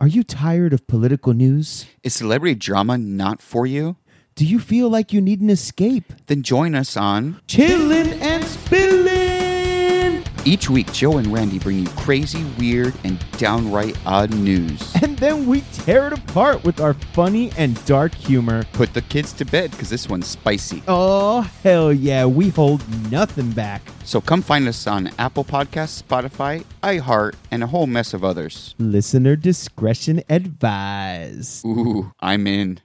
Are you tired of political news? Is celebrity drama not for you? Do you feel like you need an escape? Then join us on. Chillin' and spillin'! Each week, Joe and Randy bring you crazy, weird, and downright odd news. And then we tear it apart with our funny and dark humor. Put the kids to bed because this one's spicy. Oh, hell yeah, we hold nothing back. So come find us on Apple Podcasts, Spotify, iHeart, and a whole mess of others. Listener discretion advised. Ooh, I'm in.